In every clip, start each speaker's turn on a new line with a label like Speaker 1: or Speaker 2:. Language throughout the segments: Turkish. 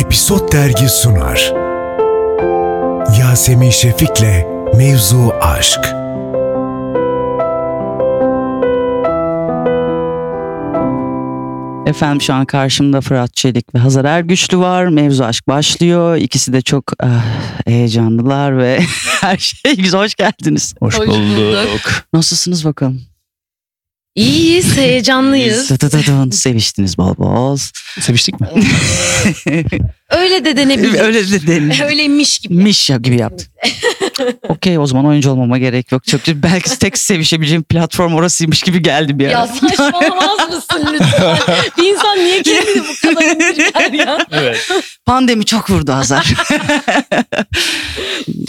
Speaker 1: Episod Dergi sunar. Yasemin Şefik'le Mevzu Aşk.
Speaker 2: Efendim şu an karşımda Fırat Çelik ve Hazar Ergüçlü var. Mevzu aşk başlıyor. İkisi de çok ah, heyecanlılar ve her şey güzel. Hoş geldiniz.
Speaker 3: Hoş,
Speaker 4: Hoş
Speaker 3: bulduk.
Speaker 4: bulduk.
Speaker 2: Nasılsınız bakalım?
Speaker 3: İyiyiz, heyecanlıyız.
Speaker 2: Tatatadın, Seviştiniz bol bol.
Speaker 4: Seviştik mi?
Speaker 3: Öyle de denebilir.
Speaker 2: Öyle de denilmiş
Speaker 3: Öyleymiş gibi.
Speaker 2: ya gibi yaptı. Okey o zaman oyuncu olmama gerek yok. Çok belki tek sevişebileceğim platform orasıymış gibi geldi bir
Speaker 3: Ya
Speaker 2: ara.
Speaker 3: saçmalamaz mısın lütfen? Bir insan niye kendini bu kadar indirger ya?
Speaker 4: evet.
Speaker 2: Pandemi çok vurdu Hazar.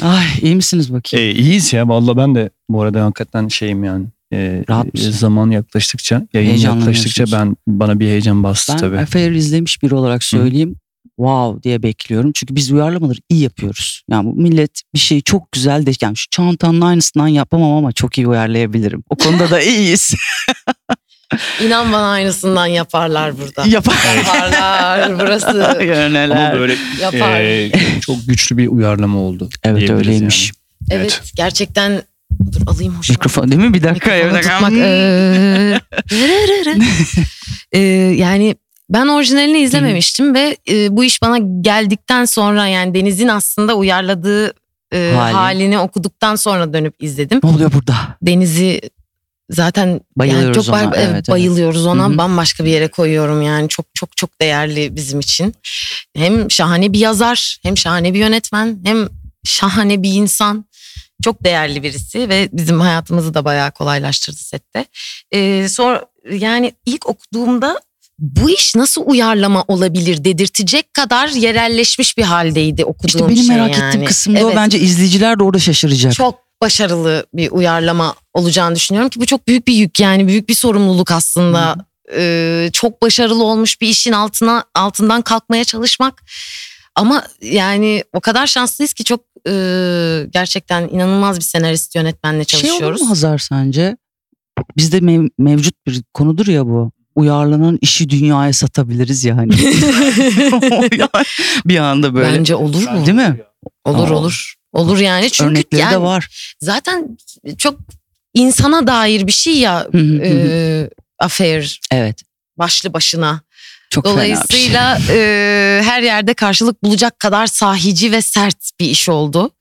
Speaker 2: Ay iyi misiniz bakayım?
Speaker 4: E, iyiyiz ya. Valla ben de bu arada hakikaten şeyim yani. E,
Speaker 2: Rahat
Speaker 4: e,
Speaker 2: mısın?
Speaker 4: zaman yaklaştıkça, yayın
Speaker 2: Heyecanlanıyorsunuz.
Speaker 4: yaklaştıkça ben bana bir heyecan bastı
Speaker 2: Ben
Speaker 4: tabii.
Speaker 2: Affair izlemiş biri olarak söyleyeyim. Wow diye bekliyorum. Çünkü biz uyarlamaları iyi yapıyoruz. Yani bu millet bir şeyi çok güzel de yani şu çantanın aynısından yapamam ama çok iyi uyarlayabilirim. O konuda da iyiyiz.
Speaker 3: İnan bana aynısından yaparlar burada.
Speaker 2: Yapar.
Speaker 3: Yaparlar burası.
Speaker 4: Ama
Speaker 2: Yöneler.
Speaker 4: böyle
Speaker 3: Yapar.
Speaker 4: e, çok güçlü bir uyarlama oldu.
Speaker 2: Evet
Speaker 4: diyebiliriz
Speaker 2: öyleymiş.
Speaker 3: evet, gerçekten dur alayım hoşuma.
Speaker 2: Mikrofon değil mi? Bir dakika.
Speaker 3: Mikrofonu
Speaker 2: bir dakika.
Speaker 3: tutmak, e, eee, rırırırı. Eee, yani ben orijinalini izlememiştim ve eee, bu iş bana geldikten sonra yani Deniz'in aslında uyarladığı eee,
Speaker 2: Hali.
Speaker 3: halini okuduktan sonra dönüp izledim.
Speaker 2: Ne oluyor burada?
Speaker 3: Denizi zaten
Speaker 2: Bayılıyoruz
Speaker 3: yani çok
Speaker 2: ona,
Speaker 3: bay-
Speaker 2: evet, evet.
Speaker 3: bayılıyoruz ona.
Speaker 2: Hı hı.
Speaker 3: Bambaşka bir yere koyuyorum yani. Çok çok çok değerli bizim için. Hem şahane bir yazar, hem şahane bir yönetmen, hem şahane bir insan. Çok değerli birisi ve bizim hayatımızı da bayağı kolaylaştırdı sette. Ee, sonra yani ilk okuduğumda bu iş nasıl uyarlama olabilir dedirtecek kadar yerelleşmiş bir haldeydi okuduğum
Speaker 2: İşte benim
Speaker 3: şey
Speaker 2: merak
Speaker 3: yani.
Speaker 2: ettiğim kısımda o.
Speaker 3: Evet.
Speaker 2: Bence izleyiciler de orada şaşıracak.
Speaker 3: Çok başarılı bir uyarlama olacağını düşünüyorum ki bu çok büyük bir yük yani büyük bir sorumluluk aslında. Ee, çok başarılı olmuş bir işin altına altından kalkmaya çalışmak. Ama yani o kadar şanslıyız ki çok e, gerçekten inanılmaz bir senarist yönetmenle
Speaker 2: şey olur
Speaker 3: çalışıyoruz.
Speaker 2: mu Hazar sence? Bizde mev- mevcut bir konudur ya bu. Uyarlanan işi dünyaya satabiliriz ya hani. bir anda böyle.
Speaker 3: Bence olur mu?
Speaker 2: Değil mi?
Speaker 3: Olur
Speaker 2: Aa.
Speaker 3: olur. Olur yani çünkü
Speaker 2: Örnekleri
Speaker 3: yani
Speaker 2: de var.
Speaker 3: zaten çok insana dair bir şey ya
Speaker 2: Hı hı hı.
Speaker 3: e, affair
Speaker 2: evet.
Speaker 3: başlı başına.
Speaker 2: Çok
Speaker 3: şey.
Speaker 2: şey. Dolayısıyla
Speaker 3: Dolayısıyla e, her yerde karşılık bulacak kadar sahici ve sert bir iş oldu.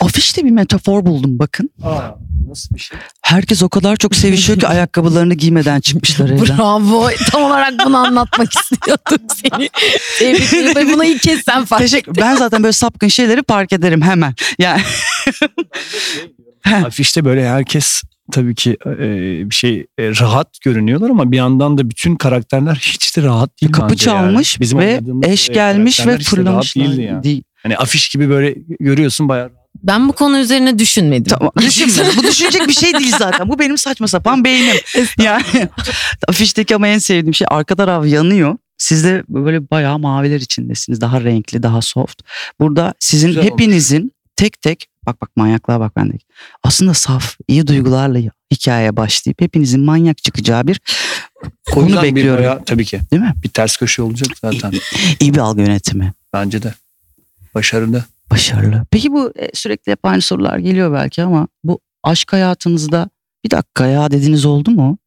Speaker 2: afişte bir metafor buldum bakın.
Speaker 4: Aa, nasıl bir şey?
Speaker 2: Herkes o kadar çok sevişiyor ki ayakkabılarını giymeden çıkmışlar evden.
Speaker 3: Bravo. Tam olarak bunu anlatmak istiyordum seni. Tebrik ederim. Ve Buna ilk kez sen fark
Speaker 2: Teşekkür. Ben zaten böyle sapkın şeyleri park ederim hemen. Yani
Speaker 4: Afişte böyle herkes tabii ki e, bir şey e, rahat görünüyorlar ama bir yandan da bütün karakterler hiç de rahat değil.
Speaker 2: kapı
Speaker 4: bence yani.
Speaker 2: çalmış
Speaker 4: Bizim
Speaker 2: ve
Speaker 4: oynadığımız,
Speaker 2: eş
Speaker 4: e,
Speaker 2: gelmiş ve
Speaker 4: karakterler hiç de rahat
Speaker 2: fırlamışlar.
Speaker 4: değildi yani.
Speaker 2: Değil.
Speaker 4: Hani afiş gibi böyle görüyorsun bayağı
Speaker 3: Ben bu konu üzerine düşünmedim.
Speaker 2: Tamam. Düşünme. Bu düşünecek bir şey değil zaten. Bu benim saçma sapan beynim. Yani afişteki ama en sevdiğim şey arka taraf yanıyor. Siz de böyle bayağı maviler içindesiniz. Daha renkli, daha soft. Burada sizin
Speaker 4: Güzel olmuş.
Speaker 2: hepinizin tek tek bak bak manyaklığa bak bendeki. Aslında saf, iyi duygularla hikayeye başlayıp hepinizin manyak çıkacağı bir
Speaker 4: O
Speaker 2: konu
Speaker 4: yüzden bir
Speaker 2: bekliyorum.
Speaker 4: bayağı- tabii ki.
Speaker 2: Değil mi?
Speaker 4: Bir ters köşe olacak zaten.
Speaker 2: İyi bir algı yönetimi.
Speaker 4: Bence de. Başarılı.
Speaker 2: Başarılı. Peki bu e, sürekli hep aynı sorular geliyor belki ama bu aşk hayatınızda bir dakika ya dediğiniz oldu mu?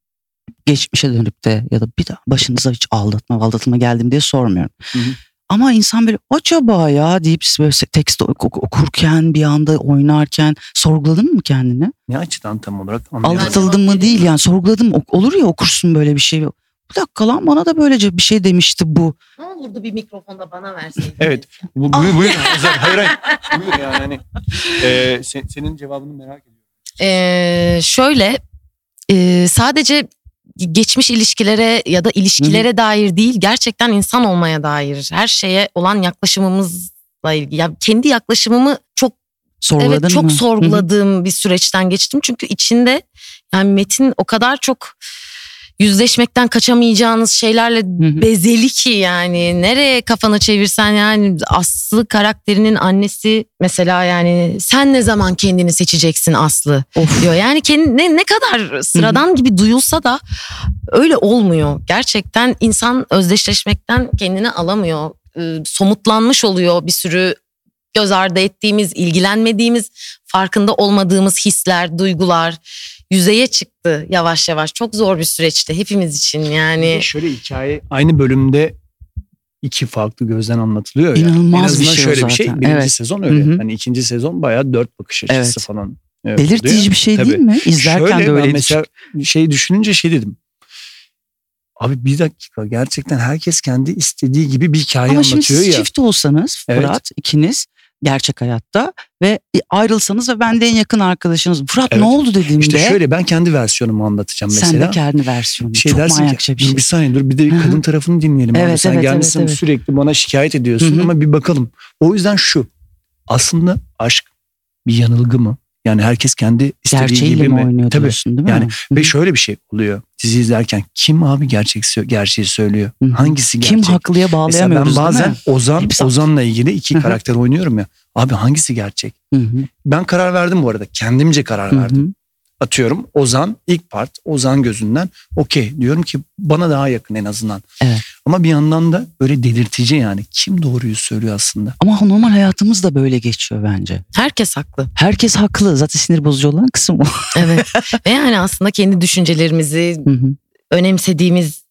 Speaker 2: Geçmişe dönüp de ya da bir daha başınıza hiç aldatma aldatılma geldim diye sormuyorum.
Speaker 4: Hı hı.
Speaker 2: Ama insan böyle acaba ya deyip böyle se- tekst ok- ok- okurken bir anda oynarken sorguladın mı kendini?
Speaker 4: Ne açıdan tam olarak anlayamadım.
Speaker 3: Aldatıl-
Speaker 2: Aldatıldın mı değil yani sorguladın mı? Ok- Olur ya okursun böyle bir şey. Bir dakika lan bana da böylece bir şey demişti bu.
Speaker 3: Ne olurdu bir mikrofonda bana verseydin.
Speaker 4: Evet. Bu, buyur, buyur. hayır hayır. Buyur yani. hani, e, se- senin cevabını merak ediyorum.
Speaker 3: Ee, şöyle e, sadece geçmiş ilişkilere ya da ilişkilere dair değil gerçekten insan olmaya dair her şeye olan yaklaşımımızla ilgili. Ya kendi yaklaşımımı çok
Speaker 2: Sorguladın
Speaker 3: evet çok
Speaker 2: mı? Hı hı.
Speaker 3: sorguladığım bir süreçten geçtim. Çünkü içinde yani metin o kadar çok yüzleşmekten kaçamayacağınız şeylerle
Speaker 2: Hı hı.
Speaker 3: bezeli ki yani nereye kafanı çevirsen yani Aslı karakterinin annesi mesela yani sen ne zaman kendini seçeceksin Aslı
Speaker 2: Of.
Speaker 3: diyor. Yani kendi ne, ne kadar sıradan gibi duyulsa da öyle olmuyor. Gerçekten insan özdeşleşmekten kendini alamıyor. e, somutlanmış oluyor bir sürü göz ardı ettiğimiz, ilgilenmediğimiz, farkında olmadığımız hisler, duygular yüzeye çıktı yavaş yavaş. Çok zor bir süreçti hepimiz için
Speaker 2: Hani
Speaker 3: yani.
Speaker 4: şöyle hikaye aynı bölümde iki farklı gözden anlatılıyor ya.
Speaker 2: İnanılmaz
Speaker 4: en
Speaker 2: bir
Speaker 4: azından
Speaker 2: şey o
Speaker 4: şöyle bir şey.
Speaker 2: zaten.
Speaker 4: Birinci
Speaker 2: Evet.
Speaker 4: sezon öyle.
Speaker 2: Hı hı.
Speaker 4: Hani ikinci sezon bayağı dört bakış açısı
Speaker 2: Evet.
Speaker 4: falan. e, oluyor.
Speaker 2: Belirtici bir şey değil
Speaker 4: Tabii.
Speaker 2: mi? İzlerken
Speaker 4: Şöyle
Speaker 2: de
Speaker 4: ben
Speaker 2: öyle
Speaker 4: mesela şey düşününce şey dedim. Abi bir dakika gerçekten herkes kendi istediği gibi bir hikaye
Speaker 2: Ama şimdi
Speaker 4: anlatıyor
Speaker 2: siz
Speaker 4: ya.
Speaker 2: çift olsanız
Speaker 4: Evet.
Speaker 2: Fırat ikiniz gerçek hayatta ve ayrılsanız ve ben de en yakın arkadaşınız Fırat
Speaker 4: Evet.
Speaker 2: ne oldu dediğimde
Speaker 4: İşte şöyle ben kendi versiyonumu anlatacağım
Speaker 2: sen de
Speaker 4: mesela.
Speaker 2: kendi versiyonu.
Speaker 4: şey
Speaker 2: Çok
Speaker 4: dersin
Speaker 2: manyakça
Speaker 4: ki
Speaker 2: bir
Speaker 4: dur bir
Speaker 2: şey.
Speaker 4: saniye dur bir de
Speaker 2: Hı hı.
Speaker 4: kadın tarafını dinleyelim.
Speaker 2: Evet,
Speaker 4: abi. Sen
Speaker 2: evet,
Speaker 4: gelmişsin
Speaker 2: evet, evet.
Speaker 4: sürekli bana şikayet ediyorsun
Speaker 2: Hı hı.
Speaker 4: ama bir bakalım. O yüzden şu aslında aşk bir yanılgı mı? Yani herkes kendi istediği
Speaker 2: Gerçeğiyle
Speaker 4: gibi
Speaker 2: mi oynuyor
Speaker 4: Tabii.
Speaker 2: diyorsun değil mi?
Speaker 4: Yani
Speaker 2: Hı.
Speaker 4: Ve şöyle bir şey oluyor. Dizi izlerken kim abi gerçek sö- gerçeği söylüyor?
Speaker 2: Hı hı.
Speaker 4: Hangisi gerçek?
Speaker 2: Kim haklıya
Speaker 4: Mesela
Speaker 2: bağlayamıyoruz
Speaker 4: ben
Speaker 2: değil
Speaker 4: bazen
Speaker 2: mi?
Speaker 4: Ozan
Speaker 2: Hepsi haklı.
Speaker 4: Ozan'la ilgili iki
Speaker 2: Hı hı.
Speaker 4: karakter oynuyorum ya. Abi hangisi gerçek?
Speaker 2: Hı hı,
Speaker 4: Ben karar verdim bu arada. Kendimce karar
Speaker 2: hı
Speaker 4: verdim.
Speaker 2: hı.
Speaker 4: Atıyorum Ozan ilk part Ozan gözünden okey diyorum ki bana daha yakın en azından.
Speaker 2: Evet.
Speaker 4: Ama bir yandan da böyle delirtici yani. Kim doğruyu söylüyor aslında?
Speaker 2: Ama normal hayatımız da böyle geçiyor bence.
Speaker 3: Herkes haklı.
Speaker 2: Herkes haklı. Zaten sinir bozucu olan kısım o.
Speaker 3: Evet. Ve yani aslında kendi düşüncelerimizi,
Speaker 2: Hı hı.
Speaker 3: önemsediğimiz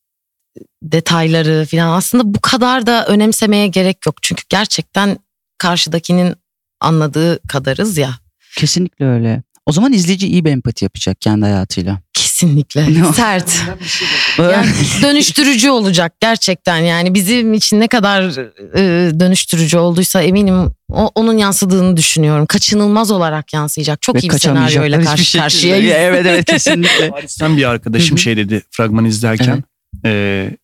Speaker 3: detayları falan aslında bu kadar da önemsemeye gerek yok. Çünkü gerçekten karşıdakinin anladığı kadarız ya.
Speaker 2: Kesinlikle öyle. O zaman izleyici iyi bir empati yapacak kendi hayatıyla.
Speaker 3: Kesinlikle.
Speaker 2: No.
Speaker 3: Sert. Yani dönüştürücü olacak gerçekten yani bizim için ne kadar e, dönüştürücü olduysa eminim o, onun yansıdığını düşünüyorum. Kaçınılmaz olarak yansıyacak. Çok
Speaker 2: Ve
Speaker 3: iyi bir
Speaker 2: kaçamayacaklar
Speaker 3: senaryoyla
Speaker 2: hiçbir
Speaker 3: karşı
Speaker 2: şekilde.
Speaker 3: karşıyayız.
Speaker 2: Evet evet kesinlikle.
Speaker 4: Paris'ten bir arkadaşım
Speaker 2: Hı hı.
Speaker 4: şey dedi fragmanı izlerken. eee,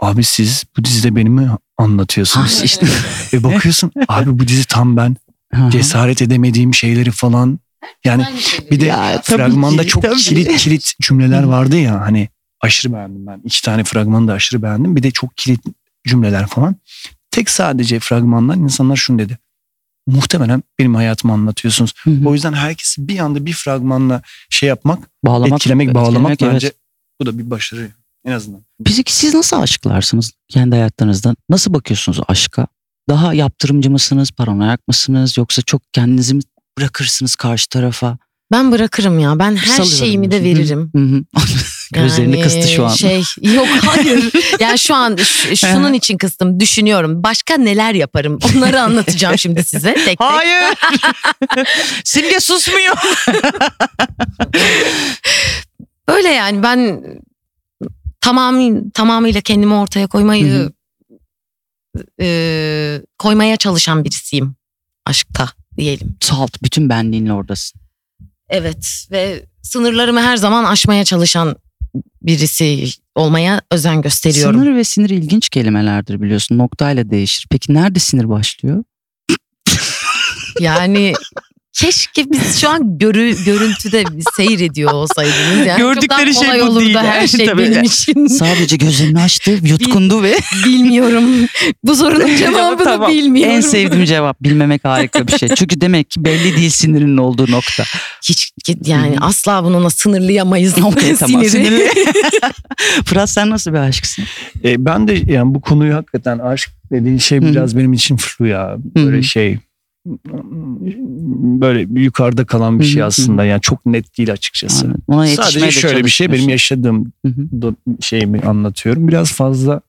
Speaker 4: abi siz bu dizide beni mi
Speaker 2: Ha,
Speaker 4: anlatıyorsunuz?
Speaker 2: Ah, işte.
Speaker 4: E bakıyorsun abi bu dizi tam ben.
Speaker 2: Hı hı.
Speaker 4: cesaret edemediğim şeyleri falan. Yani bir de
Speaker 2: Ya, tabii
Speaker 4: fragmanda
Speaker 2: ki,
Speaker 4: çok
Speaker 2: tabii ki.
Speaker 4: kilit kilit cümleler vardı ya hani aşırı beğendim ben. İki tane fragmanı da aşırı beğendim. Bir de çok kilit cümleler falan. Tek sadece fragmandan insanlar şunu dedi. Muhtemelen benim hayatımı anlatıyorsunuz.
Speaker 2: Hı hı.
Speaker 4: O yüzden herkesi bir anda bir fragmanla şey yapmak,
Speaker 2: Bağlamak,
Speaker 4: etkilemek, bağlamak
Speaker 2: evet.
Speaker 4: bence bu da bir başarı en azından.
Speaker 2: Peki siz nasıl aşıklarsınız kendi hayatlarınızda? Nasıl bakıyorsunuz aşka? Daha yaptırımcı mısınız, paranoyak mısınız yoksa çok kendinizi mi bırakırsınız karşı tarafa?
Speaker 3: Ben bırakırım ya. Ben her
Speaker 2: Salıyorum
Speaker 3: şeyimi de
Speaker 2: diyorsun. Hı.
Speaker 3: veririm.
Speaker 2: Hı hı. Gözlerini
Speaker 3: Yani
Speaker 2: kıstı şu an.
Speaker 3: Şey yok hayır. yani şu an ş- şunun için kıstım. Düşünüyorum. Başka neler yaparım? Onları anlatacağım şimdi size tek tek.
Speaker 2: Hayır. Simge susmuyor.
Speaker 3: Böyle yani ben tamamı tamamıyla kendimi ortaya koymayı e, koymaya çalışan birisiyim aşkta diyelim.
Speaker 2: Salt bütün benliğinle oradasın.
Speaker 3: Evet ve sınırlarımı her zaman aşmaya çalışan birisi olmaya özen gösteriyorum.
Speaker 2: Sınır ve sinir ilginç kelimelerdir biliyorsun. Noktayla değişir. Peki nerede sinir başlıyor?
Speaker 3: Yani keşke biz şu an görü, görüntüde bir seyir ediyor olsaydınız. Yani
Speaker 2: Gördükleri
Speaker 3: çok daha kolay
Speaker 2: şey bu
Speaker 3: olurdu
Speaker 2: değil.
Speaker 3: her şey
Speaker 2: Tabii.
Speaker 3: benim için.
Speaker 2: Sadece gözlerini açtı, yutkundu ve
Speaker 3: bilmiyorum. Bu sorunun cevabını
Speaker 2: Tamam.
Speaker 3: bilmiyorum.
Speaker 2: en sevdiğim cevap bilmemek harika bir şey. Çünkü demek ki belli değil sinirinin olduğu nokta.
Speaker 3: Hiç yani asla bununla sınırlayamayız.
Speaker 2: Okey tamam
Speaker 3: Siniri.
Speaker 2: sinirli. Fırat sen nasıl bir aşksın?
Speaker 4: E, ben de yani bu konuyu hakikaten aşk dediğin şey
Speaker 2: Hı hı.
Speaker 4: biraz benim için flu ya. Böyle
Speaker 2: Hı hı.
Speaker 4: şey böyle yukarıda kalan bir
Speaker 2: Hı
Speaker 4: şey
Speaker 2: hı,
Speaker 4: aslında yani çok net değil açıkçası.
Speaker 2: Anladım. Ona yetişmeye
Speaker 4: Sadece
Speaker 2: de
Speaker 4: şöyle bir şey benim yaşadığım
Speaker 2: Hı hı.
Speaker 4: do- şeyimi anlatıyorum. Biraz fazla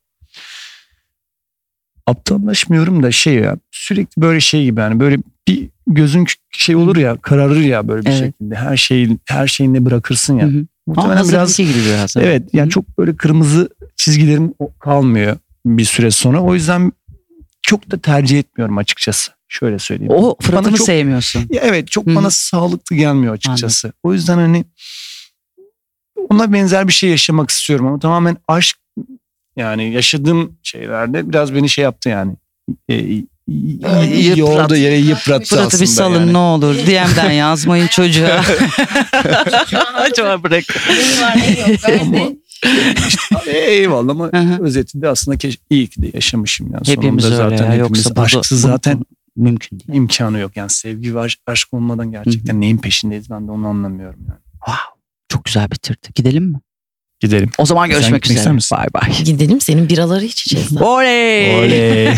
Speaker 4: aptallaşmıyorum da şey ya sürekli böyle şey gibi yani böyle bir gözün kü- şey olur ya kararır ya böyle bir
Speaker 2: Evet.
Speaker 4: şekilde her şeyi her şeyini bırakırsın ya.
Speaker 2: Hı hı.
Speaker 4: Muhtemelen
Speaker 2: Ama
Speaker 4: biraz
Speaker 2: biraz gibi biraz.
Speaker 4: Evet yani
Speaker 2: Hı.
Speaker 4: çok böyle kırmızı çizgilerim o- kalmıyor bir süre sonra. O yüzden çok da tercih etmiyorum açıkçası. Şöyle söyleyeyim.
Speaker 2: O
Speaker 4: Bana
Speaker 2: Fırat'ını
Speaker 4: çok-
Speaker 2: sevmiyorsun.
Speaker 4: Ya evet çok
Speaker 2: Hı hı.
Speaker 4: bana sağlıklı gelmiyor açıkçası. O yüzden hani ona benzer bir şey yaşamak istiyorum ama tamamen aşk yani yaşadığım şeylerde biraz beni şey yaptı yani. E, y-
Speaker 2: Yıprat.
Speaker 4: yordu yere yıprattı
Speaker 2: Fırat'ı bir
Speaker 4: aslında
Speaker 2: salın
Speaker 4: yani.
Speaker 2: ne olur. DM'den yazmayın çocuğa. Acaba bırak.
Speaker 4: Ama- Eyvallah ama
Speaker 2: Hı hı.
Speaker 4: özetinde aslında keş- iyi ki de yaşamışım yani.
Speaker 2: Hepimiz
Speaker 4: Sonunda
Speaker 2: öyle
Speaker 4: zaten
Speaker 2: ya.
Speaker 4: hepimiz
Speaker 2: Yoksa bu da-
Speaker 4: aşksız
Speaker 2: bu-
Speaker 4: zaten
Speaker 2: mümkün değil.
Speaker 4: imkanı yok. Yani sevgi ve aşk, aşk olmadan gerçekten neyin peşindeyiz ben de onu anlamıyorum yani.
Speaker 2: Wow, çok güzel bitirdi. Gidelim mi?
Speaker 4: Gidelim.
Speaker 3: O zaman
Speaker 4: Sen
Speaker 3: görüşmek
Speaker 4: gitmek ister
Speaker 3: üzere.
Speaker 4: misin?
Speaker 3: Bay bay.
Speaker 2: Gidelim senin biraları içeceğiz.
Speaker 3: Oley.
Speaker 4: Oley.